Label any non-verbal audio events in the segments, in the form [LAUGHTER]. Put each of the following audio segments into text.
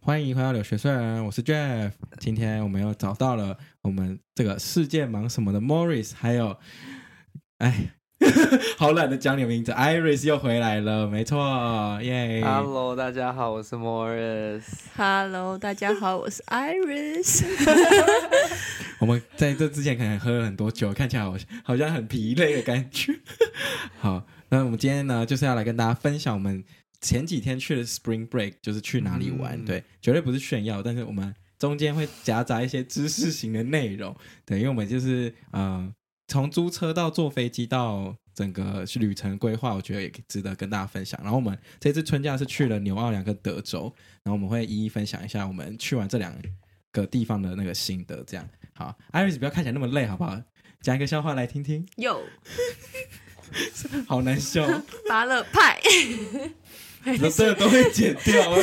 欢迎回到柳学顺，我是 Jeff。今天我们又找到了我们这个世界忙什么的 Morris，还有，哎， [LAUGHS] 好懒得讲你的名字，Iris 又回来了，没错，耶、 Hello，大家好，我是 Morris。 Hello，大家好，我是 Iris。 [LAUGHS] 我们在这之前可能喝了很多酒，看起来好好像很疲累的感觉。 [LAUGHS] 好，那我们今天呢，就是要来跟大家分享我们前几天去的 Spring Break，就是去哪里玩。嗯对，绝对不是炫耀，但是我们中间会夹杂一些知识型的内容。对，因为我们就是呃，从租车到坐飞机到整个旅程规划，我觉得也值得跟大家分享。然后我们这次春假是去了纽奥良跟德州，然后我们会一一分享一下我们去完这两个地方的那个心得。这样好，Iris 不要看起来那么累，好不好？讲一个笑话来听听，有好难笑哦，芭乐 [LAUGHS] 派，那这个都会剪掉。啊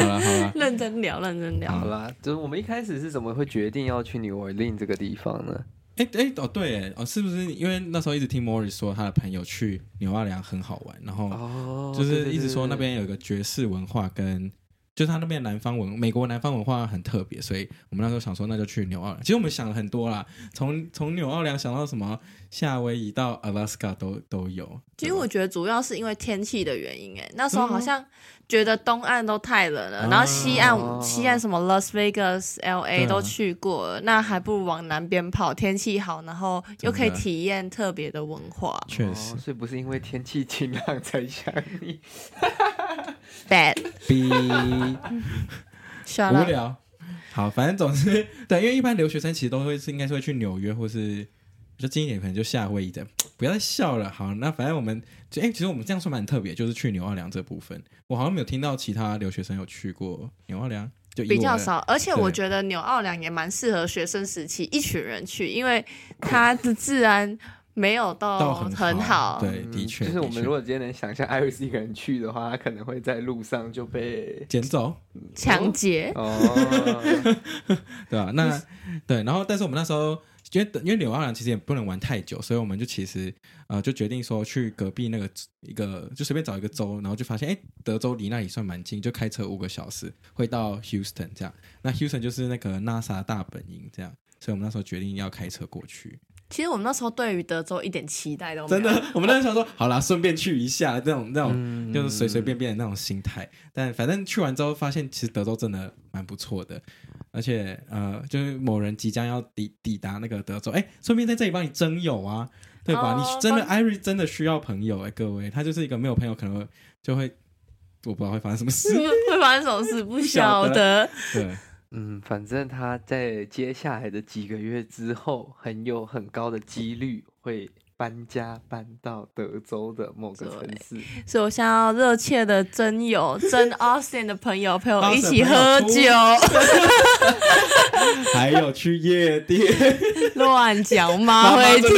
好了好了，认真聊，认真聊。嗯好啦，就是我们一开始是怎么会决定要去 New Orleans 这个地方呢？哎哎哦对哎哦，是不是因为那时候一直听 Morris 说他的朋友去纽奥良很好玩，然后哦就是一直说那边有一个爵士文化跟。就是他那边南方文，美国南方文化很特别，所以我们那时候想说，那就去纽奥良。其实我们想了很多啦，从从纽奥良想到什么夏威夷到 Alaska 都都有。其实我觉得主要是因为天气的原因，哎，那时候好像觉得东岸都太冷了，嗯然后西岸、哦西岸什么 Las Vegas、对 LA 啊都去过了，那还不如往南边跑，天气好，然后又可以真的体验特别的文化。确哦实，所以不是因为天气晴朗才想你。 [LAUGHS] Bad，比 shut 无 up。聊。好，反正总之，对，因为一般留学生其实都会是应该是会去纽约或是比较近一点，可能就夏威夷的。不要再笑了。好，那反正我们就哎、其实我们这样说蛮特别，就是去纽奥良这部分，我好像没有听到其他留学生有去过纽奥良，就以啊我比较的少，而且对我觉得纽奥良也蛮适合学生时期一群人去，因为它的治安没有到到很很好啊对嗯的确就是我的们确如果今天能想象 Iris 一个人去的话，他可能会在路上就被捡走，抢劫。 [LAUGHS] 哦，对啊，那对，然后但是我们那时候因为因为纽奥良其实也不能玩太久，所以我们就其实呃就决定说去隔壁那个一个就随便找一个州，然后就发现哎德州离那里算蛮近，就开车五个小时会到 Houston 这样。那 Houston 就是那个 NASA 大本营这样，所以我们那时候决定要开车过去。其实我们那时候对于德州一点期待都没有， [LAUGHS] 真的，我们那时候想说好啦，顺便去一下这种这种。嗯就是随随便便的那种心态。但反正去完之后，发现其实德州真的蛮不错的，而且呃，就是某人即将要抵抵达那个德州，哎，顺便在这里帮你征友啊，对吧？哦你真的艾瑞真的需要朋友哎、各位，他就是一个没有朋友可能会就会我不知道会发生什么事，会发生什么事不 [LAUGHS] 晓晓得得。 [LAUGHS] 对，嗯，反正他在接下来的几个月之后，很有很高的几率会搬家搬到德州的某个城市。所以我现在要热切的真友、真 Austin 的朋友陪我一起喝 Austin 朋酒，友还有去夜 [LAUGHS] 店， [LAUGHS] 乱讲妈会听。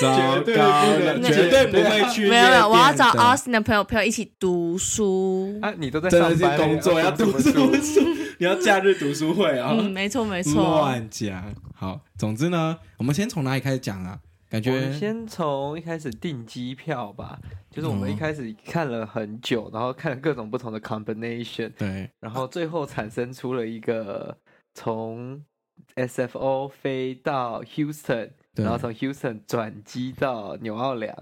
糟对不糕了，能绝对不会去夜店的，没有没有，我要找 Austin 的朋友陪我一起读书。啊，你都在真上的班是了，工作要 [LAUGHS] 要读什书么，你要假日读书会啊、嗯，没错没错。乱讲。好，总之呢，我们先从哪里开始讲啊？感我们觉先从一开始订机票吧，就是我们哦一开始看了很久，然后看了各种不同的 combination，对然后最后产生出了一个从 SFO 飞到 Houston，对然后从 Houston 转机到纽奥良，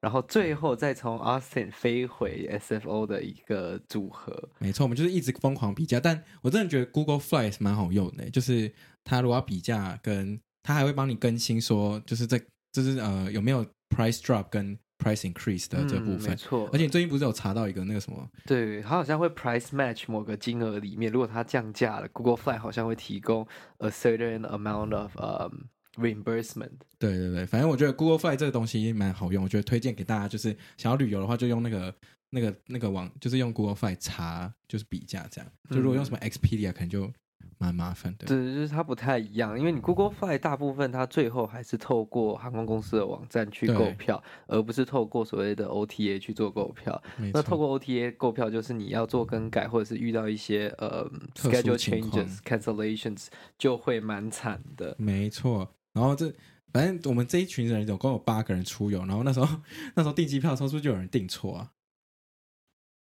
然后最后再从 Austin 飞回 SFO 的一个组合。没错，我们就是一直疯狂比价，但我真的觉得 Google Flights 蛮好用的，就是它如果要比价跟，它还会帮你更新说，就是这就是呃有没有 price drop 跟 price increase 的这部嗯、没分。错，而且你最近不是有查到一个那个什么？对，它好像会 price match 某个金额里面，如果它降价了，Google Fly 好像会提供 a certain amount of um reimbursement。对对对，反正我觉得 Google Fly 这个东西蛮好用，我觉得推荐给大家，就是想要旅游的话，就用那个那个那个网，就是用 Google Fly 查，就是比价这样。就如果用什么 Expedia，可能就蛮麻烦的。嗯对，就是它不太一样，因为你 Google Fly 大部分它最后还是透过航空公司的网站去购对票，而不是透过所谓的 OTA 去做购票。没错，那透过 OTA 购票，就是你要做更改，或者是遇到一些呃特殊 schedule 情况 changes、cancellations，就会蛮惨的。没错。然后这反正我们这一群人总共有八个人出游，然后那时候 [LAUGHS] 那时候订机票的时候是不是就有人订错啊？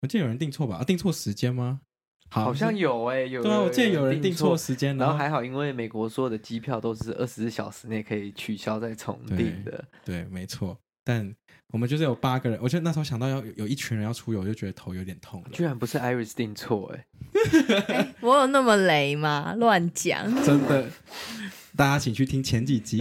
我记得有人订错吧？啊，订错时间吗？好好像有哎、有对啊，我记得有人订订错，时间，然后后还好，因为美国所有的机票都是二十四小时内可以取消再重订对的，对，没错。但我们就是有八个人，我觉得那时候想到要有有一群人要出游，我就觉得头有点痛 [LAUGHS] 了。居然不是 Iris 订错哎、 [LAUGHS] [LAUGHS] 我有那么雷吗？乱讲。真的， [LAUGHS] 大家请去听前几集。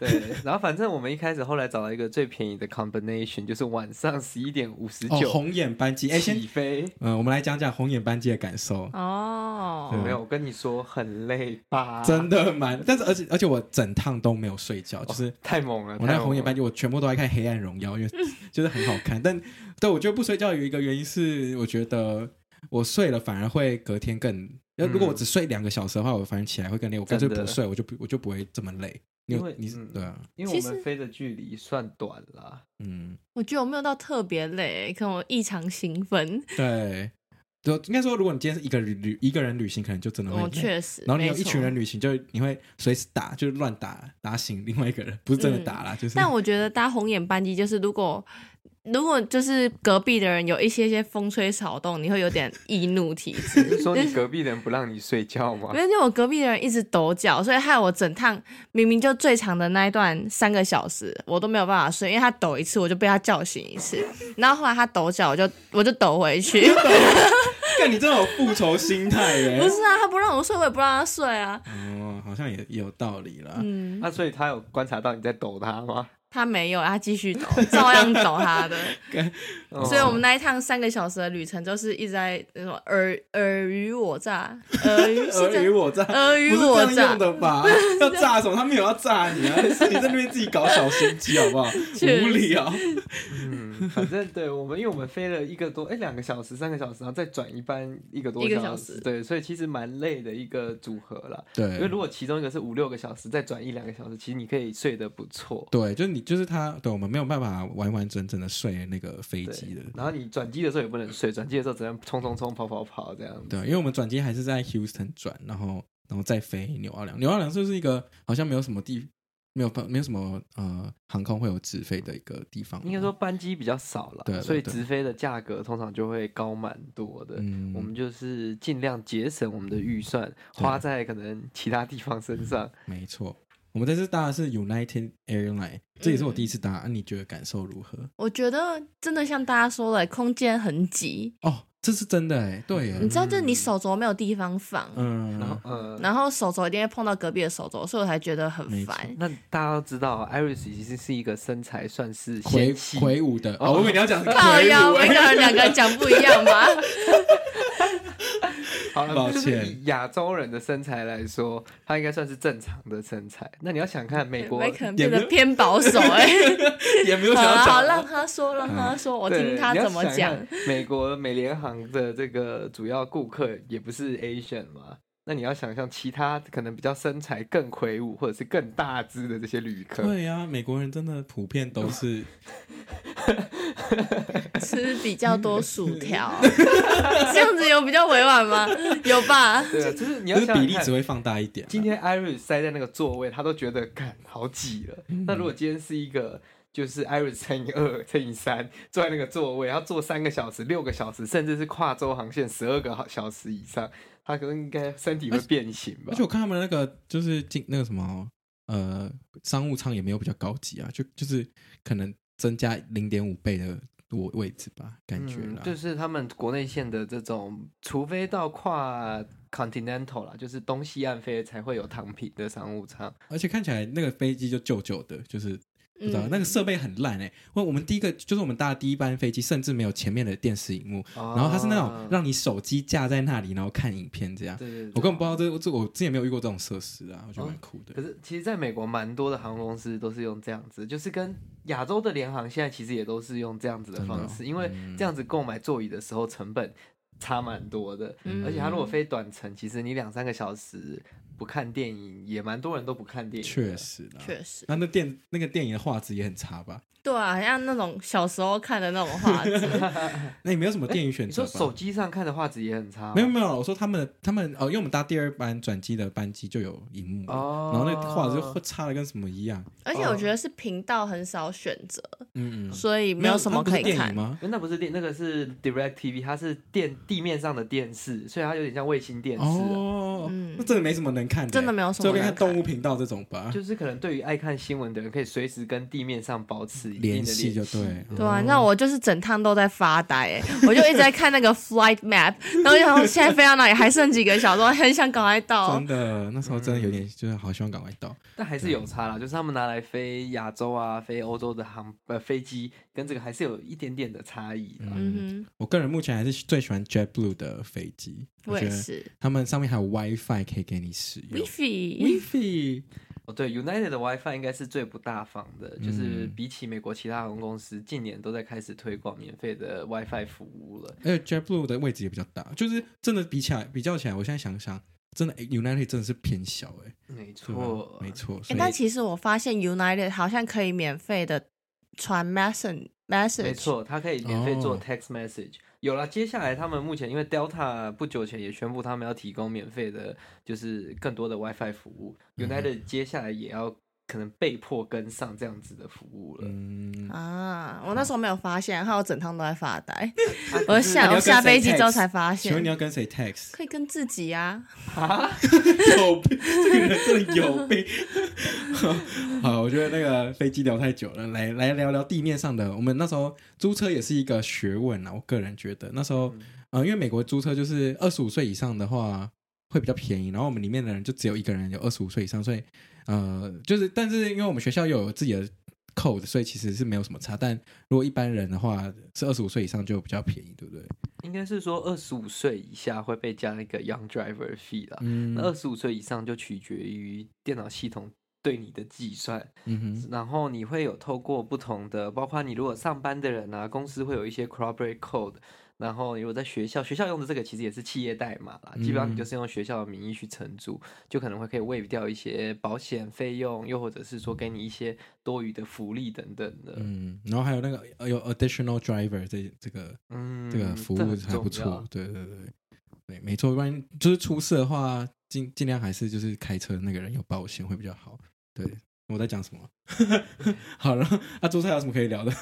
对，然后反正我们一开始后来找到一个最便宜的 combination，就是晚上十一点五十哦，九红眼班机，哎，先起，飞。嗯，我们来讲讲红眼班机的感受，哦对没有，我跟你说很 [LAUGHS] 累吧？真的蛮，但是而且而且我整趟都没有睡觉，就是太猛了！我啊太那猛红眼了班机，我全部都在看《黑暗荣耀》，因为就是很好看。但对我觉得不睡觉有一个原因是，我觉得我睡了反而会隔天更。要如果我只睡两个小时的话，我反而起来会更累。我干脆嗯真的不睡，我就不我就不会这么累。你因有为你是嗯对啊，因为其我们实飞的距离算短啦，嗯，我觉得我没有到特别累，可能我异常兴奋。对，就应该说，如果你今天是一个旅一个人旅行，可能就真的会累。我哦确实，然后你有没一群错人旅行，就你会随时打，就是乱打打醒另外一个人，不是真的打啦，就是。嗯但我觉得搭红眼班机就是，如果如果就是隔壁的人有一些些风吹草动，你会有点易怒体质。是说你隔壁人不让你睡觉吗 [LAUGHS] 没？ [LAUGHS] 有，因为我隔壁的人一直抖脚，所以害我整趟明明就最长的那一段三个小时，我都没有办法睡，因为他抖一次我就被他叫醒一次，然后后来他抖脚，我就我就抖回去。看你真的有复仇心态耶 [LAUGHS] 不！是啊，他不让我睡，我也不让他睡啊。哦，好像也也有道理啦。嗯，那、啊所以他有观察到你在抖他吗？他没有，他继续抖，照样抖 [LAUGHS] 他的。哦所以我们那一趟三个小时的旅程，就是一直在那种尔尔虞我诈，尔虞是尔这虞样，我诈，尔虞不是我这样诈用。的吧？要炸什么？他们有要炸你啊，是你在那边自己搞小心机好不好？确实无聊。嗯，反正对我们，因为我们飞了一个多哎两个小时、三个小时，然后再转一班一个多一个小小时，时对，所以其实蛮累的一个组合啦。因为对如果其中一个是五六个小时，再转一两个小时，其实你可以睡得不错。对，就是你，就是他，对我们没有办法完完整整的睡那个飞机的，，对然后你转机的时候也不能睡，转机的时候只能冲冲冲、跑跑跑这样子。对，因为我们转机还是在 Houston 转，然后然后再飞纽奥良。纽奥良就是一个好像没有什么地，没有办没有什么呃航空会有直飞的一个地方。应该说，班机比较少了，对对所以对直飞的价格通常就会高蛮多的。嗯，我们就是尽量节省我们的预算，花在可能其他地方身上。没错，我们这次搭的是 United Airline，这也是我第一次嗯搭，啊、你觉得感受如何？我觉得真的像大家说的，空间很挤，哦，这是真的哎，对耶你，知道，就是你手肘没有地方放，嗯，嗯然后，呃，然后手肘一定会碰到隔壁的手肘，所以我才觉得很没错 [LAUGHS] 烦。那大家都知道，Iris 已经是一个身材算是魁纤细，魁梧的，哦哦，我以为你要讲是靠魁腰，梧每个哎，人两个人讲不一 [LAUGHS] 样吧？好了，抱就是歉以亚洲人的身材来说，她应该算是正常的身材。那你要想看美国，[LAUGHS] 我可能也变没有得偏 [LAUGHS] 保守哎、也没有好想要了好讲了，让了，他说，让他说，我对听他你要怎么想看讲。美国美联航的这个主要顾客也不是 Asian 嘛？那你要想象其他可能比较身材更魁梧或者是更大只的这些旅客， [LAUGHS] 对呀、美国人真的普遍都哦是吃比较多 [LAUGHS] 薯条，这样子有比较委婉吗？有吧？对啊，就是你要就是想想比例看只会放大一点啊。今天 Iris 塞在那个座位，他都觉得干好挤了。嗯那如果今天是一个就是 Iris 乘以二 [LAUGHS] 乘以三坐在那个座位，要坐三个小时、六个小时，甚至是跨州航线十二个小时以上，他可能应该身体会变形吧而且？我看他们那个就是进那个什么呃商务舱也没有比较高级啊，就就是可能增加零点五倍的位位置吧，感觉啊啦。嗯就是他们国内线的这种，除非到跨 continental 啦，就是东西岸飞才会有躺平的商务舱。而且看起来那个飞机就旧旧的，就是 [LAUGHS] 不知道、嗯那个设备很烂哎、欸。我我们第一个就是我们搭的第一班飞机，甚至没有前面的电视荧幕，然然后它是那种让你手机架在那里，然后看影片这样。哦对对对我根本不知道这这我之前没有遇过这种设施啊，我觉得蛮酷的。可是，其实在美国蛮多的航空公司都是用这样子，就是跟亚洲的联航现在其实也都是用这样子的真的哦方式，因为这样子购买座椅的时候成本差蛮多的，嗯而且它如果飞短程，其实你两三个小时不看电影，也蛮多人都不看电影的。确实啦。确实，那那电那个电影的画质也很差吧？对啊，好像那种小时候看的那种 [LAUGHS] 画质，那也没有什么电影选哎你择说吧？手机上看的画质也很差吗，没有没有，我说他们他们哦，因为我们搭第二班转机的班机就有荧幕了，哦然后那画质就差的跟什么一样。而且我觉得是频道很少选择，嗯嗯，所以没有什么那不可是以电看影。吗？有，那不是电，那个是 Direct TV，它是电地面上的电视，所以它有点像卫星电视啊、哦，嗯那真的没什么能看的欸，真的没有什么就跟看能看动物频道这种吧，就是可能对于爱看新闻的人，可以随时跟地面上保持一定的嗯联联系就对。对啊，那我就是整趟都在发呆、欸，我就一直在看那个 flight map，然 [LAUGHS] 后就想说现在飞到哪里，还剩几个小时，我很想赶快到真。的，那时候真的有嗯点，就是好希望赶快到。但还是有差啦，就是他们拿来飞亚洲啊、飞欧洲的航呃飞机，跟这个还是有一点点的差异的。嗯我个人目前还是最喜欢 JetBlue 的飞机，哼，我觉也得是他们上面还有 WiFi 可以给你使用。 ，WiFi WiFi 哦，对，United 的 WiFi 应该是最不大方的，就是嗯比起美国其他航空公司，近年都在开始推广免费的 WiFi 服务了。而且 JetBlue 的位置也比较大，就是真的比起来比较起来，我现在想想，真的诶哎 United 真的是偏小哎、没对吧错，没错。哎、所以但其实我发现 United 好像可以免费的传 message message，没，错，它可以免费做哦 text message。有了，接下来他们目前因为 Delta 不久前也宣布他们要提供免费的，就是更多的 WiFi 服务。嗯 United 接下来也要可能被迫跟上这样子的服务了。嗯，啊，我那时候没有发现，还有整趟都在发呆。啊我可是下你要我跟下谁飞机之后 text？才发请问你现，要跟谁 text？可以跟自己啊。有病，这个人真的有 [LAUGHS] 病。好，我觉得那个飞机聊太久了，来来聊聊地面上的。我们那时候租车也是一个学问啊，我个人觉得那时候，嗯呃，因为美国租车就是二十五岁以上的话会比较便宜，然后我们里面的人就只有一个人有二十五岁以上，所以呃，就是但是因为我们学校又有自己的 code，所以其实是没有什么差。但如果一般人的话，是二十五岁以上就比较便宜，对不对？应该是说二十五岁以下会被加一个 Young Driver fee 啦。嗯啊那二十五岁以上就取决于电脑系统对你的计算。嗯哼，然后你会有透过不同的，包括你如果上班的人啊，公司会有一些 corporate code，然后如果在学校，学校用的这个其实也是企业代码啦，基本上嗯你就是用学校的名义去承租，就可能会可以 waive 掉一些保险费用，又或者是说给你一些多余的福利等等的。嗯，然后还有那个呃有 additional driver 这这个。嗯，这个啊服这务很还不重要错，对对对对，没错，不然就是出事的话，尽尽量还是就是开车那个人有保险会比较好。对，我在讲什么？ [LAUGHS] 好了，啊，租车有什么可以聊 [LAUGHS] 的？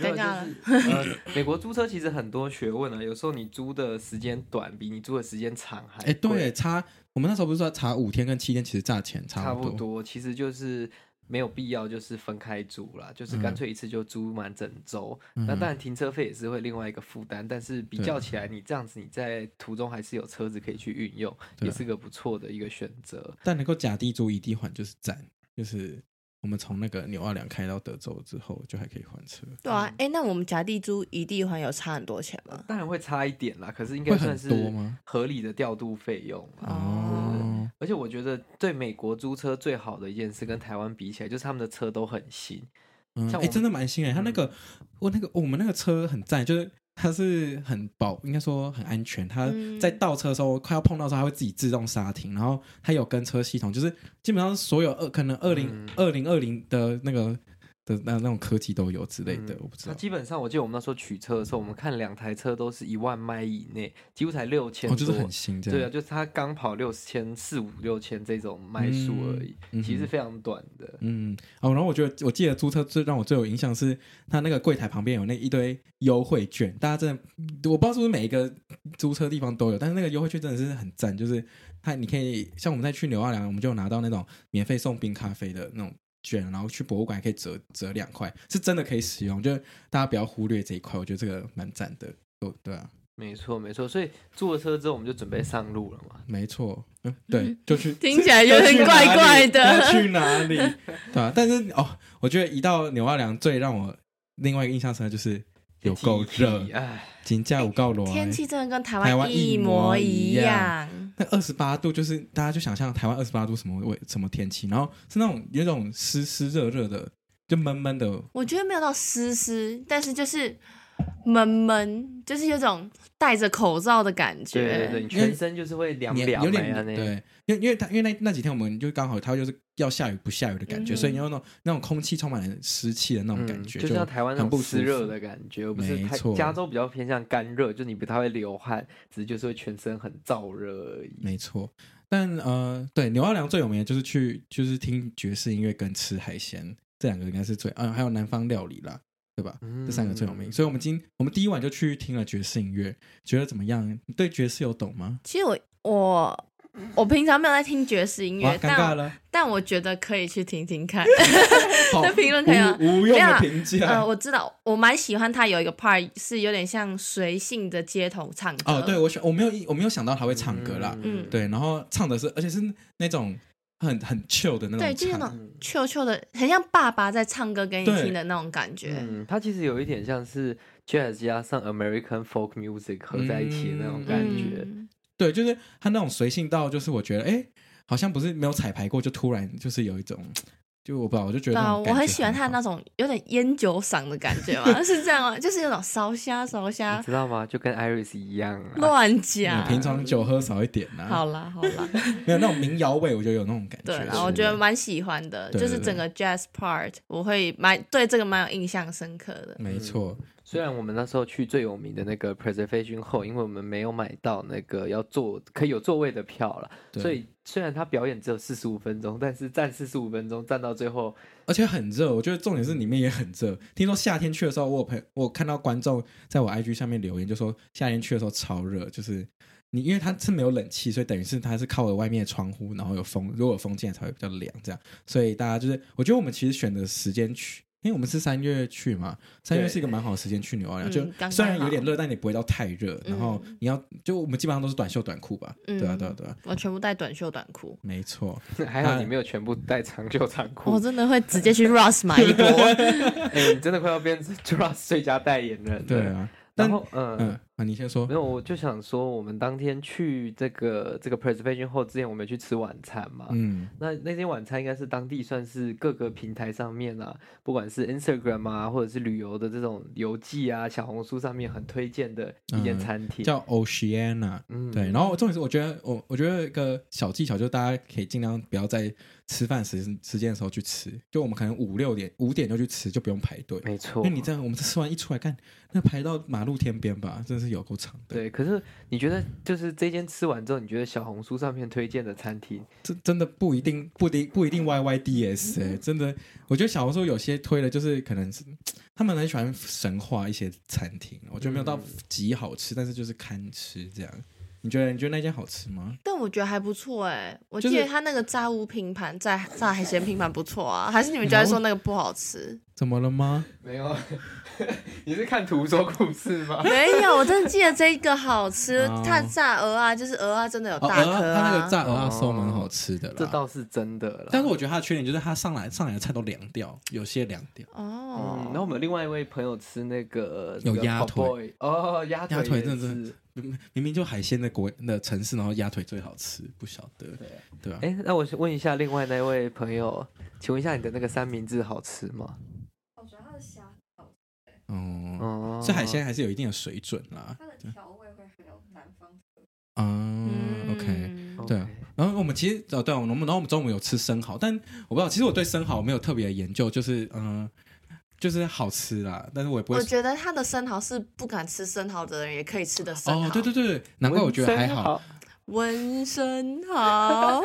没有尴尬就是 [LAUGHS] 呃美国租车其实很多学问啊，有时候你租的时间短，比你租的时间长还哎，贵对，差我们那时候不是说差五天跟七天，其实价钱差不不多，其实就是没有必要，就是分开租啦，就是嗯干脆一次就租满整周。嗯那当然停车费也是会另外一个负担，但是比对较起来，你这样子你在途中还是有车子可以去运用，对也是个不错的一个选择。但能够甲地租乙地还就是赞，就是我们从那个纽奥良开到德州之后，就还可以还车。对啊，哎、那我们甲地租一地还有差很多钱吗？当然会差一点啦，可是应呃会该很算是多吗？合理的调度费用啦。哦，而且我觉得对美国租车最好的一件事，跟台湾比起来，就是他们的车都很新。嗯，像哎、我嗯们真的蛮新哎、他那个、我那个我们那个车很赞，就是它是很保，应该说很安全。它嗯呃在倒车的时候，快要碰到的时候，它会自己自动刹停，然后它有跟车系统，就是基本上所有二可能二零嗯二零二零的那个的那那种科技都有之类的，嗯我不知那道。基本上，我记得我们那时候取车的时候，我们看两台车都是一万迈以内，几乎才六千哦，多。就是很新这对啊，样。就是它刚跑六千四五六千这种迈数而已，嗯嗯哼其实非常短的。嗯，哦，然后我觉得我记得租车最让我最有印象是，它那个柜台旁边有那一堆优惠券，大家真的我不知道是不是每一个租车地方都有，但是那个优惠券真的是很赞，就是它你可以像我们在去纽奥良，我们就有拿到那种免费送冰咖啡的那种券，然后去博物馆可以折折两块，是真的可以使用，就是大家不要忽略这一块，我觉得这个蛮赞的。哦，对啊，没错，没错。所以坐了车之后，我们就准备上路了嘛。没错，嗯，对，就去 [LAUGHS] 听起来有点怪怪 [LAUGHS] 要的。去哪里？要去哪里对啊，但是哦，我觉得一到纽奥良，最让我另外一个印象深的就是有够热，哎，金价有够热，啊天气真的跟台啊台湾湾一一模模一一样样，那二十八度就是大家就想象台湾二十八度什么味什么天气，然后是那种有一种湿湿热热的，就闷闷的，我觉得没有到湿湿，但是就是闷闷，就是有种戴着口罩的感觉。对对对，你因为全身就是会凉黏凉有的点呀，那对，因为因为它因为那那几天我们就刚好它就是要下雨不下雨的感觉，嗯哼所以你有那种那种空气充满了湿气的那种嗯感觉，就像台湾那很种不舒湿热服。的感觉，而不是没太错加州比较偏向干热，就你不太会流汗，只是就是会全身很燥热而已。没错，但呃，对纽奥良最有名的就是去就是听爵士音乐跟吃海鲜，这两个应该是最，嗯、还有南方料理啦，对吧？嗯这三个最有名，所以我们今我们第一晚就去听了爵士音乐，觉得怎么样？你对爵士有懂吗？其实我我我平常没有在听爵士音哇，乐，尴尬但 [LAUGHS] 了，但我觉得可以去听听看。好这评论可以吗无无用没有的啦评呃，价。我知道，我蛮喜欢他有一个 part 是有点像随性的街头唱歌。哦，对，我想我没有我没有想到他会唱歌啦，嗯对，然后唱的是，而且是那种很很 chill 的那种对就是那唱种嗯秋秋的，很像爸爸在唱歌给你对听的那种感觉。嗯，它其实有一点像是 jazz 加上 American folk music 合在一起的那种感觉。嗯对，就是他那种随性到，就是我觉得，哎，好像不是没有彩排过，就突然就是有一种，就我不知道，我就觉对得那啊，种我感觉很喜欢他好那种有点烟酒嗓的感觉 [LAUGHS] 嘛，是这样吗？就是有种烧虾烧你虾知道吗？就跟 Iris 一样啊，乱嗯讲。平常酒喝少一点呐、好啦好啦，没有那种民谣味，我就有那种感觉。对是啦，我觉得蛮喜欢的，对就对是整个 jazz part 我会蛮对这个蛮有印象深刻的。没错，虽然我们那时候去最有名的那个 Preservation Hall，因为我们没有买到那个要坐可以有座位的票了，对所以虽然他表演只有四十五分钟，但是站四十五分钟站到最后，而且很热，我觉得重点是里面也很热。听说夏天去的时候，我有朋我有看到观众在我 IG 上面留言，就说夏天去的时候超热，就是你因为它是没有冷气，所以等于是它是靠了外面的窗户，然后有风，如果有风进来才会比较凉这样。所以大家就是，我觉得我们其实选的时间去。因为我们是三月去嘛，三月对是一个蛮好的时间去纽奥良，嗯刚就刚虽然有点好热，但也不会到太热。然后你要就我们基本上都是短袖短裤吧，对啊嗯对啊对啊，我全部带短袖短裤，没错。 [LAUGHS] 哎还好你没有全部带长袖长裤我，真的会直接去 Ross [LAUGHS] 买一波。 [LAUGHS] 哎、你真的快要变成 Trust 最佳代言人了。对，啊，但然后嗯。嗯啊，你先说没。有，我就想说，我们当天去这个这个 preservation 后之前，我们去吃晚餐嘛。嗯，那那天晚餐应该是当地算是各个平台上面啊，不管是 Instagram 啊，或者是旅游的这种游记啊、小红书上面很推荐的一间嗯餐厅。叫 Oceana。嗯，对，然后重点是，我觉得我我觉得一个小技巧就是，大家可以尽量不要在吃饭时时间的时候去吃，就我们可能五六点五点就去吃，就不用排队，没因错。为你这样我们吃完一出来看，那排到马路天边吧，真是有够长的。，对，可是你觉得就是这间吃完之后，你觉得小红书上面推荐的餐厅，这真的不一定不一定不一定 Y Y D S 哎、真的，我觉得小红书有些推的就是可能是他们很喜欢神化一些餐厅，我觉得没有到嗯极好吃，但是就是堪吃这样。你觉得你觉得那间好吃吗？但我觉得还不错哎，我就记是得他那个炸物拼盘、炸炸海鲜拼盘不错啊，还是你们就在说那个不好吃？怎么了吗？没有？啊 [LAUGHS] 你是看图说故事啊吗？ [LAUGHS] 没有，我真的记得这个好吃哦，它炸鹅啊，就是鹅啊，真的有哦，大鹅颗它那啊个。炸鹅阿松蛮好吃的这啦。倒是啊真的了。但是我觉得它的缺点就是它上来上来的菜都凉掉，有些凉掉。嗯，然哦，后我们另外一位朋友吃那个有那个鸭 Pop 腿 Boy，哦，鸭腿鸭腿也真的是明明明就海鲜的国的城市，然后鸭腿最好吃，不晓得对啊，对吧、哎，那我问一下另外那位朋友，请问一下你的那个三明治好吃吗？我觉得它的虾，哦，哦，所以海鲜还是有一定的水准啦。它的调味会很有南方啊、OK。嗯对啊 OK 然后我们其实哦，对、啊，我们然后我们中午有吃生蚝，但我不知道，其实我对生蚝没有特别的研究，就是嗯、就是好吃啦，但是我也不会我。觉得它的生蚝是不敢吃生蚝的人也可以吃的生哦蚝。，对对对，难怪我觉得还好。。温 [LAUGHS] 生蚝，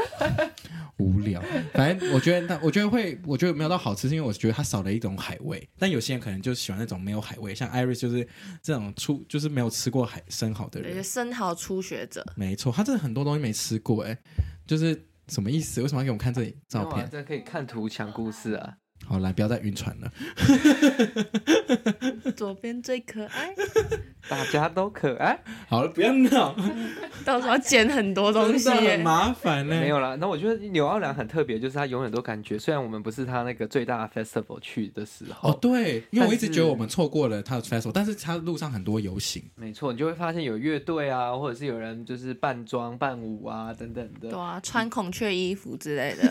无聊。反正我觉得，但我觉得会，我觉得没有到好吃，是因为我觉得它少了一种海味。但有些人可能就喜欢那种没有海味，像 Iris 就是这种出就是没有吃过海生蚝的有些人。生蚝初学者，没错，他真的很多东西没吃过、哎，就是什么意思？为什么要给我们看这里照照片啊片？这可以看图讲故事啊。好，啊 [LAUGHS] 来，不要再晕船了。左边最可 [LAUGHS] 爱，大家都可爱，好了，不要闹，到时候剪很多东真西的耶很。麻烦呢、没有啦。那我觉得纽奥良很特别，就是它永远都感觉，虽然我们不是它那个最大的 festival 去的时候，哦，对，因为我一直但是觉得我们错过了他的 festival，但是他路上很多游行，没错，你就会发现有乐队啊，或者是有人就是扮装扮舞啊等等对的。啊，穿孔雀衣服之类的，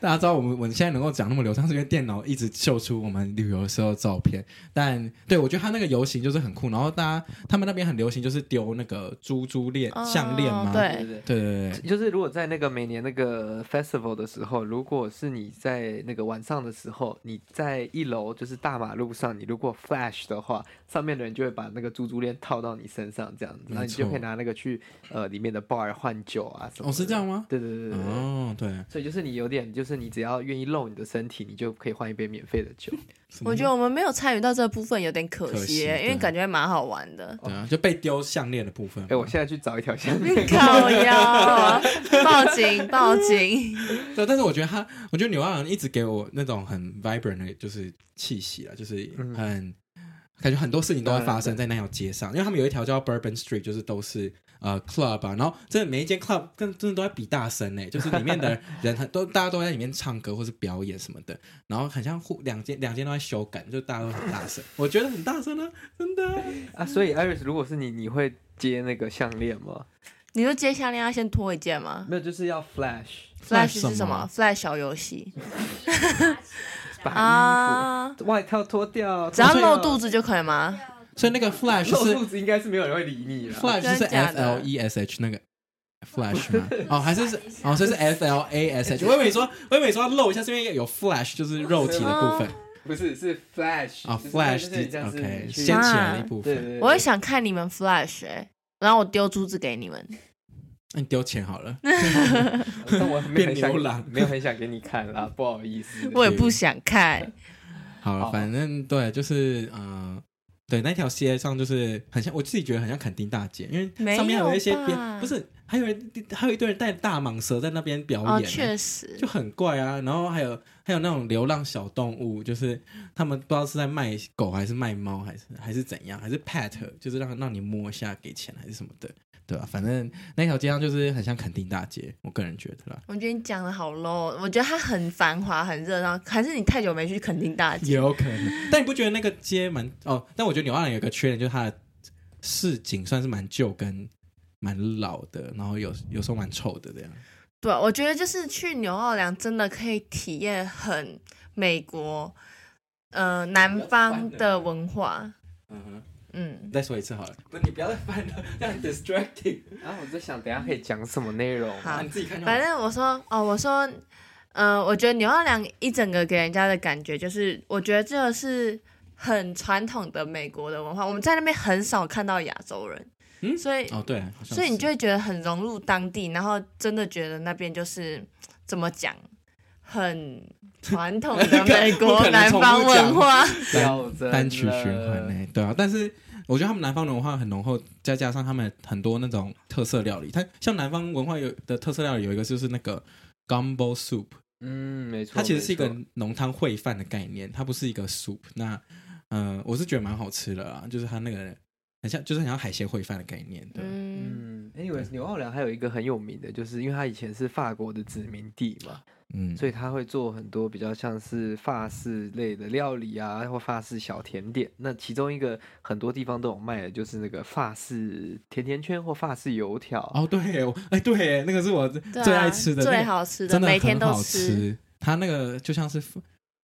大家知道我们我们现现在能够讲那么流畅，是因为电脑一直秀出我们旅游的时候的照片。但对我觉得他那个游行就是很酷，然后大家他们那边很流行，就是丢那个珠珠链、项链嘛。对哦对对对对对，就是如果在那个每年那个 festival 的时候，如果是你在那个晚上的时候，你在一楼就是大马路上，你如果 flash 的话，上面的人就会把那个珠珠链套到你身上，这样子，没然后你就错可以拿那个去呃里面的 bar 换酒啊什么的。哦是这样吗对对对对对。哦，对，所以就是你有点，就是你只要愿意露你的身体，你就可以换一杯免费的酒。 [LAUGHS] 什么我觉得我们没有参与到这部分，有点可可惜惜耶，因对。为感觉蛮好玩的对啊，就被丢项链的部分。哎、我现在去找一条 [LAUGHS] 项链。靠腰，报警报警！ [LAUGHS] 对，但是我觉得他，我觉得纽奥良一直给我那种很 vibrant 的，就是气息了，就是嗯很、感觉很多事情都会发生对在那条街上，因为他们有一条叫 Bourbon Street，就是都是呃 club 啊，然后真的每一间 club 跟真的都在比大声呢、欸就是里面的人很 [LAUGHS] 都大家都在里面唱歌或是表演什么的，然后很像互两间两间都在修改，就大家都很大声，我觉得很大声啊，真的啊、啊，所以 Iris，如果是你，你会接那个项链吗？你说接项链要先脱一件吗没有，就是要 flash ？Flash 是什什么？？Flash 小游戏 [LAUGHS] 把衣服、啊，外套脱掉，只要脱掉露肚子就可以吗？所以那个 flash 露啊是肚子应该是没有人会理你了。 Flash 真是的 F 假 L 的 E S H 那个 Flash [LAUGHS] 吗？哦，还是是哦，所以是 F L A S H。我以为你说，我以为你说要露一下，是因为有 Flash 就是肉体的部分不是，是 flash 啊就是，Flash 哦就是像是 OK 你去掀起来的一部对对分。对，我也想看你们 Flash 哎、然后我丢珠子给你们。那嗯你丢钱好了，但我没有变很牛郎想，没有很想给你看 [LAUGHS] 啦，不好意思。我也不想看，好了，好反正对，就是呃。对，那条街上就是很像，我自己觉得很像垦丁大街，因为上面还有一些没有边，吧不是还有一还有一堆人带大蟒蛇在那边表哦，演、确实就，很怪啊。然后还有还有那种流浪小动物，就是他们不知道是在卖狗还是卖猫，还是还是怎样，还是 pet，就是让让你摸一下给钱还是什么的，对啊吧、反正那条街上就是很像垦丁大街，我个人觉得啦。我觉得你讲的好 low，我觉得它很繁华、很热闹，还是你太久没去垦丁大也街？有可能， [LAUGHS] 但你不觉得那个街蛮哦？但我觉得纽奥良有一个缺点，就是它的市井算是蛮旧跟蛮老的，然后有有时候蛮臭的这样。对，我觉得就是去纽奥良真的可以体验很美国，呃，南方的文化。嗯哼，嗯，再说一次好了。不，你不要再翻了，这样 distracting。啊，我在想等一下可以讲什么内容啊。好你自己看就好反。正我说哦，我说，嗯、我觉得纽奥良一整个给人家的感觉就是，我觉得这个是很传统的美国的文化，我们在那边很少看到亚洲人，嗯所以哦，对，好像所以你是就会觉得很融入当地，然后真的觉得那边就是怎么讲，很传 [LAUGHS] 统的美不可国能南方文化。要真单曲循环了呢、对啊，但是我觉得他们南方的文化很浓厚，再加上他们很多那种特色料理，它像南方文化有的特色料理有一个就是那个 gumbo soup，嗯，没错，它其实是一没个错浓汤烩饭的概念，它不是一个 soup。那呃，我是觉得蛮好吃的啦，就是它那个很像，就是很像海鲜烩饭的概念，对。嗯，嗯，anyways，纽奥良还有一个很有名的，就是因为它以前是法国的殖民地嘛，嗯，所以他会做很多比较像是法式类的料理啊，或法式小甜点。那其中一个很多地方都有卖的，就是那个法式甜甜圈或法式油条。哦，对耶，我哎、对耶，那个是我对啊嗯最爱吃的，那最个好吃真的每天很都好。吃。它那个就像是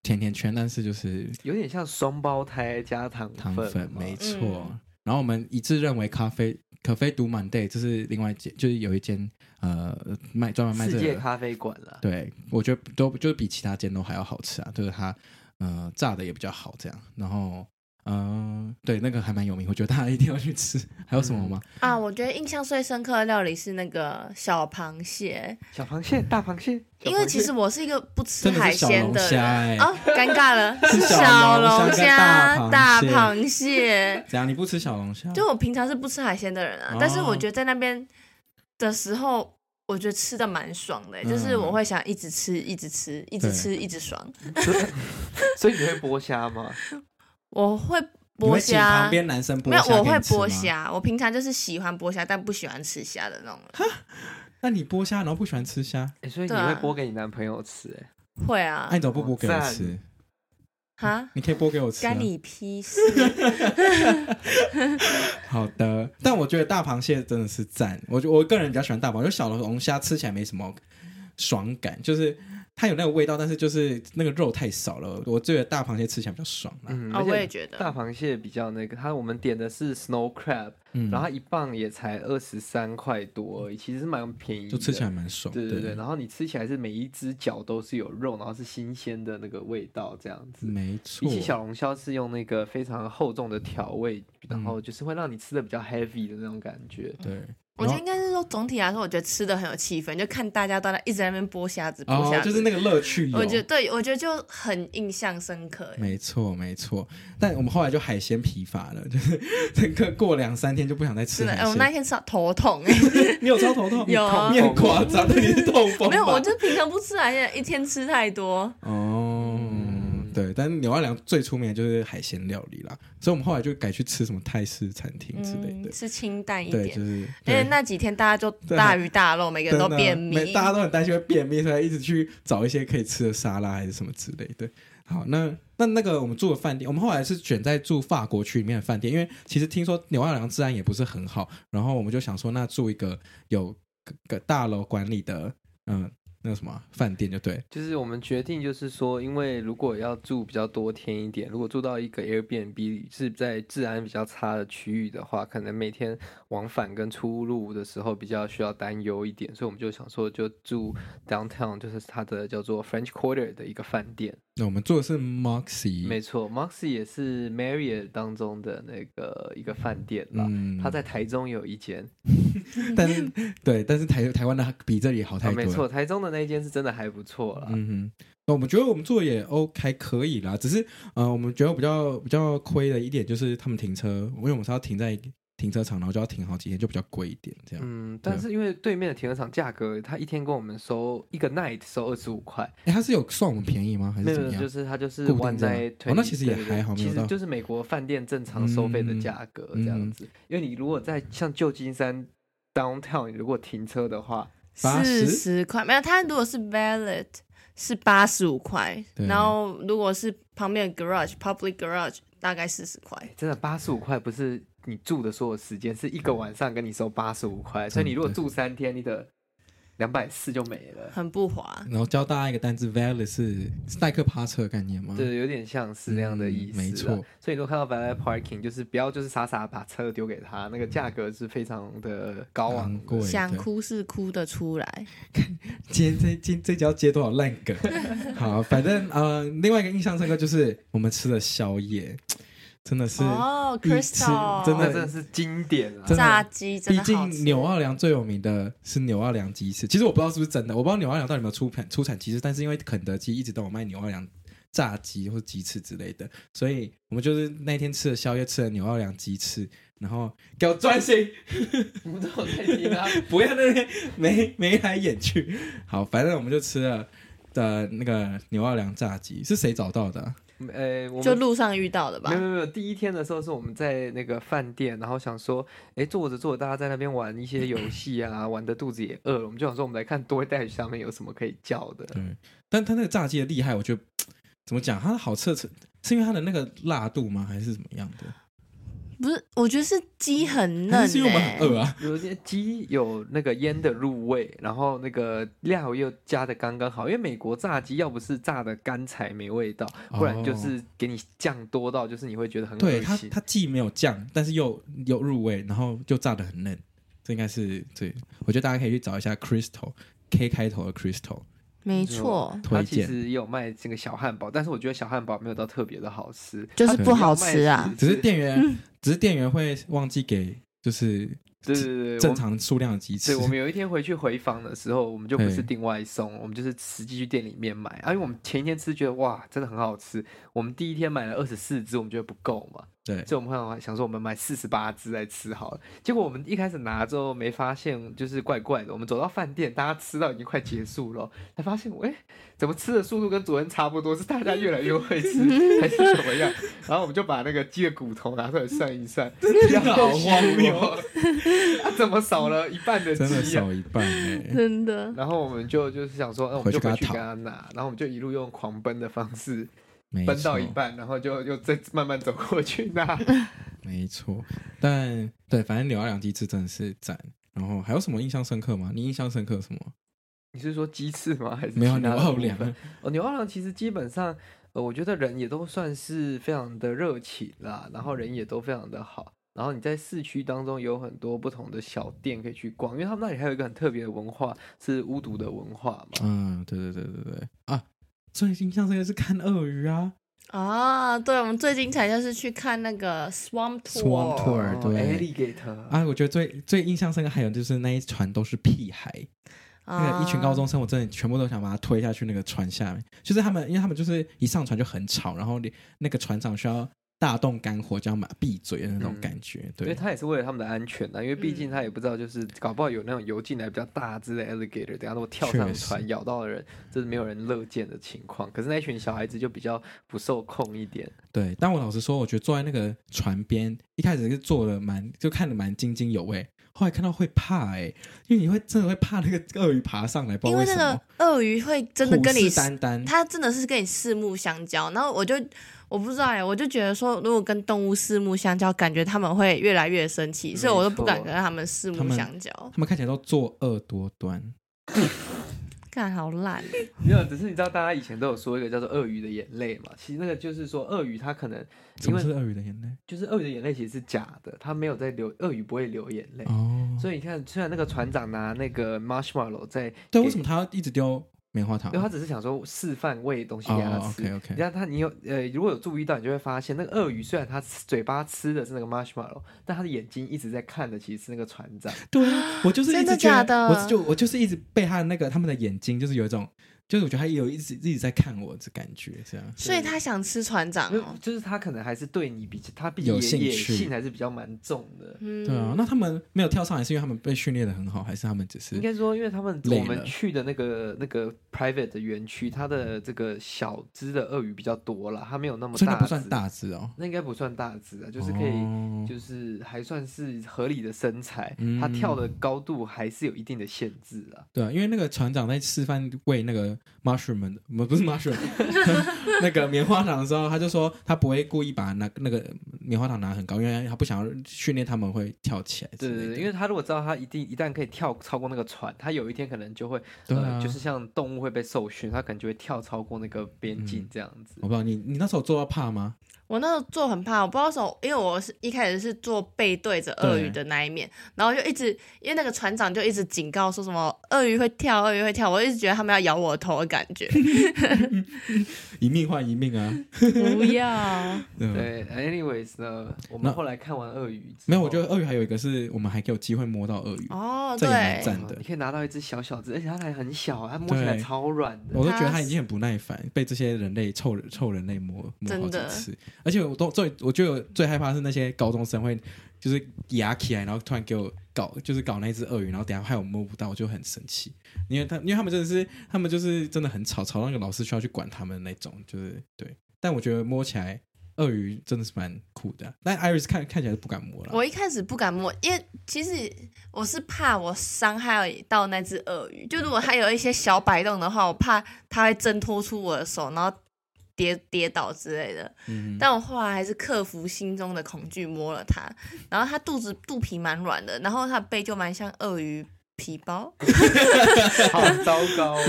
甜甜圈，但是就是有点像双胞胎加糖糖粉嘛，粉，没错。嗯然后我们一致认为咖啡可啡独满 day 这是另外一间，就是有一间呃卖专门卖这世界个，咖啡馆啦。对我觉得都就是比其他间都还要好吃啊，就是它呃炸的也比较好这样，然后。嗯，对，那个还蛮有名，我觉得大家一定要去吃。 [LAUGHS] 还有什么嗯吗？啊，我觉得印象最深刻的料理是那个小螃蟹，小螃蟹、大螃蟹， [LAUGHS] 因为其实小螃蟹我是一个不吃真的是海鲜小龙的虾欸人哦，尴尬了， [LAUGHS] 是是小小龙龙虾虾跟、大大螃蟹螃蟹。怎样？你不吃小龙虾？就我平常是不吃海鲜的人啊，哦但是我觉得在那边的时候，我觉得吃的蛮爽的、欸嗯就是我会想一直吃，一直吃，一直吃，一直爽。 [LAUGHS] 所以你会剥虾吗？我会你会剥请虾，旁边男生剥没有，虾我给会你吃吗剥。虾。我平常就是喜欢剥虾，但不喜欢吃虾的那种人。那你剥虾，然后不喜欢吃虾，诶所以你对会啊剥给你男朋友吃、诶会那、啊你，怎么不剥给我赞吃？哈，哎你可以剥给我吃、啊。干你 [LAUGHS] 屁事！好的，但我觉得大螃蟹真的是赞，我觉我个人比较喜欢大螃蟹，小龙虾吃起来没什么爽感，就是它有那个味道，但是就是那个肉太少了。我觉得大螃蟹吃起来比较爽啦。嗯，哦而，且我也觉大得，螃蟹比较那个，它我们点的是 snow crab，、嗯，然后它一磅也才二十三块多而已，其实蛮便宜的，就吃起来蛮爽。对对对对，然后你吃起来是每一只脚都是有肉，然后是新鲜的那个味道这样子。没比错。起小龙虾是用那个非常厚重的调味，然嗯后就是会让你吃的比较 heavy 的那种感觉。对，我然后觉得应该是说总体来说，我觉得吃的很有气氛，就看大家都在一直在那边剥虾子，剥虾哦，子，就是那个乐趣有。我觉得对，我觉得就很印象深刻。欸没错，没错。但我们后来就海鲜疲乏了，就是 [LAUGHS] 整个过两三天就不想再吃真的，海哎我鲜。那天吃到头痛， [LAUGHS] 欸 [LAUGHS] 你有超头痛？有啊你很夸张，你是痛风吧？没有，我就平常不吃海鲜，一天吃太多。哦。对，但纽奥良最出名的就是海鲜料理啦，所以我们后来就改去吃什么泰式餐厅之类嗯的，。吃清淡一对，点就。是而对且那几天大家就对大鱼大肉，每个人都真的便秘每。大家都很担心会便秘，所以一直去找一些可以吃的沙拉还是什么之类的。好，那那那个我们住的饭店，我们后来是选在住法国区里面的饭店，因为其实听说纽奥良治安也不是很好，然后我们就想说，那住一个有个个大楼管理的，嗯，那个什么啊饭店就对，就是我们决定，就是说，因为如果要住比较多天一点，如果住到一个 Airbnb 是在治安比较差的区域的话，可能每天往返跟出入的时候比较需要担忧一点，所以我们就想说，就住 downtown，就是它的叫做 French Quarter 的一个饭店。那我们住的是 Moxie，没错，Moxie 也是 Marriott 当中的那个一个饭店啦。嗯，它在台中有一间， [LAUGHS] 但是对，但是台台湾的比这里好啊，太多没了，错，台中的那一间是真的还不错啦。嗯哼，那我们觉得我们做也 OK 还可以啦，只是呃，我们觉得比较比较亏的一点就是他们停车，因为我们是要停在停车场，然后就要停好几天，就比较贵一点这样。嗯，对啊但是因为对面的停车场价格，他一天跟我们收一个 night 收二十五块，哎、他是有算我们便宜吗？还是没有怎么没有，样？就是他就是固定 one 这样 night 哦那其实也 twenty，对对还好没有其到嗯实就是美国饭店正常收费的价格这样子。因为你如果在像旧金山 downtown，你如果停车的话， 80四十块没有，它如果是 valet 是八十五块，对然后如果是旁边的 garage public garage 大概四十块。真的八十五块不是你住的所有时间，是一个晚上跟你收八十五块，嗯所以你如果真的住三天，你的两百四就没了。很不滑，然后教大家一个单字 v a l e 是是代客趴车的概念吗？对，有点像是那样的意嗯思、没错，所以你都看到 valet parking，就是不要就是傻傻把车丢给他，那个价格是非常的高啊昂昂的。贵。想对哭是哭得出来。今天这今这集要接多少烂 [LAUGHS] 梗？好，反正呃，另外一个印象深刻就是我们吃的宵夜，真的是哦一吃，Crystal，真那的真的是经典啊！真的炸鸡真毕的好吃竟纽奥良最有名的是纽奥良鸡翅，其实我不知道是不是真的，我不知道纽奥良到底有没有出产出产鸡翅，但是因为肯德基一直都有卖纽奥良炸鸡或鸡翅之类的，所以我们就是那天吃的宵夜吃了纽奥良鸡翅，然后给我专心，你 [LAUGHS] 们都有在听啊？不要那边眉眉来眼去。好，反正我们就吃了的那个纽奥良炸鸡，是谁找到的啊、呃，我就们路上遇到的吧没有。没有没有，第一天的时候是我们在那个饭店，然后想说，哎，坐着坐着，大家在那边玩一些游戏啊，玩的肚子也饿了，我们就想说，我们来看 DoorDash 上面有什么可以叫的。对，但他那个炸鸡的厉害，我觉得怎么讲，它的好吃的是是因为它的那个辣度吗，还是怎么样的？不是，我觉得是鸡很嫩、还欸，是因为我们很饿啊？ [LAUGHS] 有些鸡有那个腌的入味，然后那个料又加的刚刚好，因为美国炸鸡要不是炸的干柴没味道，不然就哦是给你酱多到就是你会觉得很恶对它，心。它既没有酱，但是又又入味，然后就炸的很嫩。这应该是对，我觉得大家可以去找一下 Crystal K 开头的 Crystal 没错，它推其荐，实也有卖这个小汉堡，但是我觉得小汉堡没有到特别的好吃，就是它不好吃啊。只是店 [LAUGHS] 员只是店员会忘记给就是对对对，正我常数量的鸡翅对，。我们有一天回去回访的时候，我们就不对是订外送，我们就是实际去店里面买。啊，因为我们前一天吃觉得哇，真的很好吃。我们第一天买了二十四只，我们觉得不够嘛， [LAUGHS] 对，所以我们后来想说我们买四十八只来吃好了。结果我们一开始拿之后没发现，就是怪怪的。我们走到饭店，大家吃到已经快结束了，才发现，喂，怎么吃的速度跟昨天差不多？是大家越来越 [LAUGHS] 会吃，还是怎么样？然后我们就把那个鸡的骨头拿出来算一算，真的好荒谬啊！怎么少了一半的真的鸡啊？少一半哎、 [LAUGHS] 真的，然后我们就就是想说，那、哎我回们去就跟回他去讨跟他拿，然后我们就一路用狂奔的方式没奔到错一半，然后就又再慢慢走过去拿。没错，但对，反正纽奥良鸡翅真的是赞。然后还有什么印象深刻吗？你印象深刻什么？你是说鸡翅吗？还是没有其他牛的后部梁 [LAUGHS] 分啊，哦，牛二郎其实基本上，呃，我觉得人也都算是非常的热情啦，然后人也都非常的好。然后你在市区当中有很多不同的小店可以去逛，因为他们那里还有一个很特别的文化，是巫毒的文化嘛。嗯，对对对对对啊！最印象深刻是看鳄鱼啊啊，对，我们最精彩就是去看那个 Swamp ，Swamp Tour，哦 Tour，对 Alligator，、啊，我觉得最最印象深刻还有就是那一船都是屁孩，那啊个一群高中生，我真的全部都想把他推下去那个船下面。就是他们，因为他们就是一上船就很吵，然后连那个船长需要大动肝火，叫他们闭嘴的那种感觉。因对，为他也是为了他们的安全啊呐，因为毕竟嗯他也不知道，就是搞不好有那种游进来比较大只的 alligator，等下如果跳确上实船咬到的人，这是没有人乐见的情况。可是那一群小孩子就比较不受控一点，对。但我老实说，我觉得坐在那个船边，一开始是坐的蛮，就看的蛮津津有味。后来看到会怕哎、因为你会真的会怕那个鳄鱼爬上来，不知因道为什那么个。鳄鱼会真的跟你虎视眈眈，它真的是跟你四目相交，然后我就我不知道哎，我就觉得说，如果跟动物四目相交，感觉他们会越来越生气，所以我都不敢跟他们四他目们相交，他们看起来都作恶多端。干好烂哦没有，只是你知道，大家以前都有说一个叫做“鳄鱼的眼泪”嘛。其实那个就是说，鳄鱼它可能什因么为是鳄鱼的眼泪？就是鳄鱼的眼泪其实是假的，它没有在流，鳄鱼不会流眼泪。哦，所以你看，虽然那个船长拿那个 marshmallow 在，对，为什么他要一直丢棉花糖因为？他只是想说示范喂东西给它哦吃。 ，OK OK，你看它，你有呃，如果有注意到，你就会发现那个鳄鱼虽然它吃嘴巴吃的是那个 marshmallow，但它的眼睛一直在看的其实是那个船长。对啊，我就是一真直的觉得假的我就我就是一直被他的那个他们的眼睛，就是有一种，就是我觉得他有一直一直在看我的感觉，这样。 [LAUGHS] 所以他想吃船长没有哦，就是它可能还是对你比较，它毕啊有竟兴野趣性还是比较蛮重的。嗯，对啊，那他们没有跳上来，是因为他们被训练的很好，还是他们只是应该说，因为他们累我们了去的那个那个 private 的园区，它的这个小只的鳄鱼比较多啦，它没有那么所以那大，不算，大只哦，那应该不算大只啊，就是可以，哦就是还算是合理的身材，嗯它跳的高度还是有一定的限制啊。对啊，因为那个船长在示范喂那个 mushroom 们的，不不是 [LAUGHS] mushroom，那个棉花糖的时候，他就说他不会故意把那那个棉花糖拿很高，因为他不想要训练他们会跳起来之对类的。对对，因为它如果知道它一定一旦可以跳超过那个船，它有一天可能就会，对啊呃，就是像动物会被受训，它可能就会跳超过那个边境嗯这样子。我不知道你你那时候做到怕吗？我那时候坐很怕，我不知道为什么，因为我是一开始是坐背对着鳄鱼的那一面，然后就一直因为那个船长就一直警告说什么鳄鱼会跳，鳄鱼会跳，我一直觉得他们要咬我的头的感 [LAUGHS] 觉，一命换一命啊！不要，对吧对，anyways 呢，我那们后来看完鳄鱼之后，没有，我觉得鳄鱼还有一个是我们还有机会摸到鳄鱼，哦，这也蛮对，赞的哎你。可以拿到一只小小只，而且它还很小，它摸起来对超软的。我都觉得它已经很不耐烦，被这些人类臭人臭人类摸摸好真几的次，而且我都最我觉得我最害怕是那些高中生会就是牙起来，然后突然给我搞就是搞那只鳄鱼，然后等一下害我摸不到，我就很生气，因为他因为他们真的是他们就是真的很吵，吵到那个老师需要去管他们的那种，就是对。但我觉得摸起来鳄鱼真的是蛮酷的啊，但 Iris 看看起来是不敢摸了。我一开始不敢摸，因为其实我是怕我伤害到那只鳄鱼，就如果它有一些小摆动的话，我怕它会挣脱出我的手，然后跌跌倒之类的。嗯哼但我后来还是克服心中的恐惧，摸了它，然后它肚子肚皮蛮软的，然后它的背就蛮像鳄鱼皮包，好糟糕哦。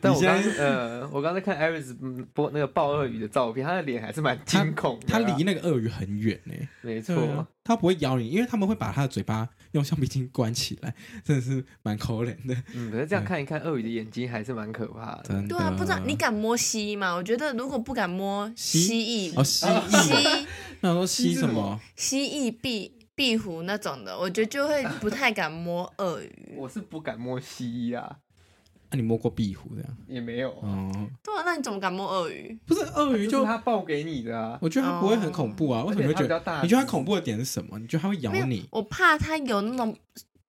但我你现 [LAUGHS] 刚在呃，我刚才看 Iris 嗯播那个暴鳄鱼的照片，他的脸还是蛮惊恐的它啊。离那个鳄鱼很远呢、没对啊错，，它不会咬你，因为他们会把它的嘴巴用橡皮筋关起来， [LAUGHS] 真的是蛮可怜的。嗯，可是这样看一看，鳄鱼的眼睛还是蛮可怕的。真的，对啊，不知道你敢摸蜥蜴吗？我觉得如果不敢摸蜥蜥 [LAUGHS] 哦蜴，蜥蜴，蜥那说蜥什么？蜥蜴壁壁虎那种的，我觉得就会不太敢摸鳄鱼。我是不敢摸蜥蜴啊，那、你摸过壁虎这样？也没有，哦，对啊，那你怎么敢摸鳄鱼？不是鳄鱼这，就是他报给你的啊。我觉得它不会很恐怖啊。为什么你会觉而且它比较得大？你觉得它恐怖的点是什么？你觉得它会咬没有你？我怕它有那种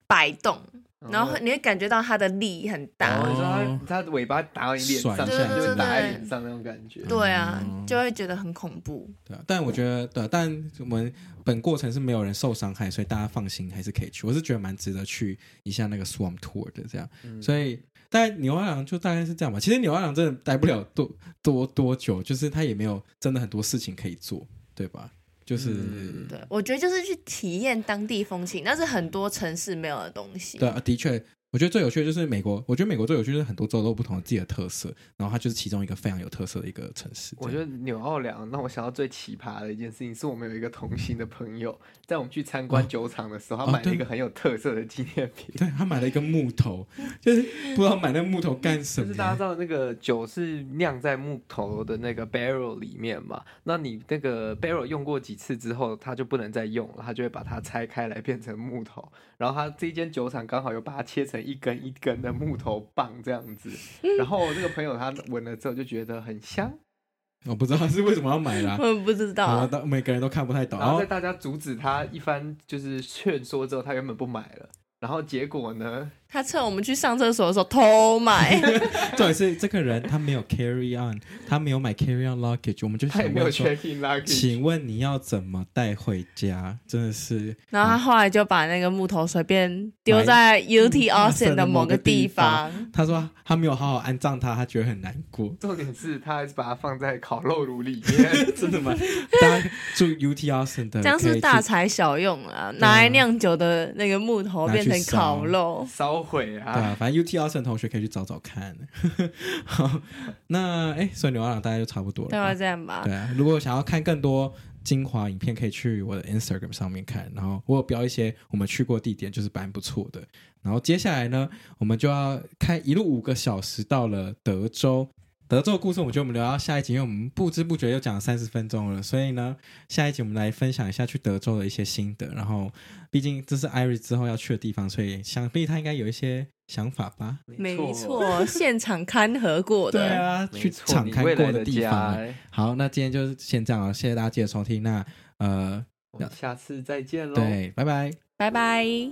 摆动，然后你会感觉到它的力很大。嗯然后你说哦它它的尾巴打到你脸上，甩一下就对对打在对脸上那种感觉。对啊，嗯就会觉得很恐怖。对啊，但我觉得对啊、但我们本过程是没有人受伤害，所以大家放心，还是可以去。我是觉得蛮值得去一下那个 Swamp Tour 的这样。嗯所以大概牛二郎就大概是这样吧。其实牛二郎真的待不了多多多久，就是他也没有真的很多事情可以做，对吧？就是、嗯对，我觉得就是去体验当地风情，那是很多城市没有的东西。对啊，的确，我觉得最有趣的就是美国，我觉得美国最有趣就是很多州都有不同的自己的特色，然后它就是其中一个非常有特色的一个城市。我觉得纽奥良让我想到最奇葩的一件事情，是我们有一个同行的朋友，在我们去参观哦酒厂的时候，哦他买了对一个很有特色的纪念 [LAUGHS] 品。对他买了一个木头， [LAUGHS] 就是不知道买那木头干什就是大家么知。道那个酒是酿在木头的那个 barrel 里面嘛，那你那个 barrel 用过几次之后，它就不能再用了，它就会把它拆开来变成木头。然后它这间酒厂刚好有把它切成一根一根的木头棒 [LAUGHS] 这样子。然后我这个朋友他闻了之后就觉得很香，我不知道他是为什么要买啦、我也不知然后道，到每个人都看不太懂。然然后后在大家阻止他一番就是劝说之后，他原本不买了。然后结果呢？他趁我们去上厕所的时候偷买， [LAUGHS] 重点是这个人他没有 carry on，他没有买 carry on luggage，我们就他也想没有问说， check in luggage， [LAUGHS] 请问你要怎么带回家？真的是然后他后来就把那个木头随便丢在嗯 UT Austin 的某个地方。他说他没有好好安葬他，他觉得很难过。 [LAUGHS] 重点是他还是把它放在烤肉炉里面。真的吗？大家住 UT Austin 的这样嗯可以是去大材小用啊，拿来酿酒的那个木头变成烤肉，烧毁啊！对啊，反正 UT Austin 同学可以去找找看。 [LAUGHS] 好，那哎，所以牛二郎大家就差不多了对吧？吧。这样吧对，啊，如果想要看更多精华影片，可以去我的 Instagram 上面看。然后我有标一些我们去过地点，就是蛮不错的。然后接下来呢，我们就要开一路五个小时到了德州。德州的故事，我觉得我们留到下一集，因为我们不知不觉又讲了三十分钟了。所以呢，下一集我们来分享一下去德州的一些心得。然后，毕竟这是 Iris 之后要去的地方，所以想必他应该有一些想法吧。没，错，现场勘合过对的。啊，没去错敞你开未过来的的地家方啊。哎好，那今天就是先这样啊了，谢谢大家记得收听。那呃，我们下次再见喽。对，拜拜。拜拜。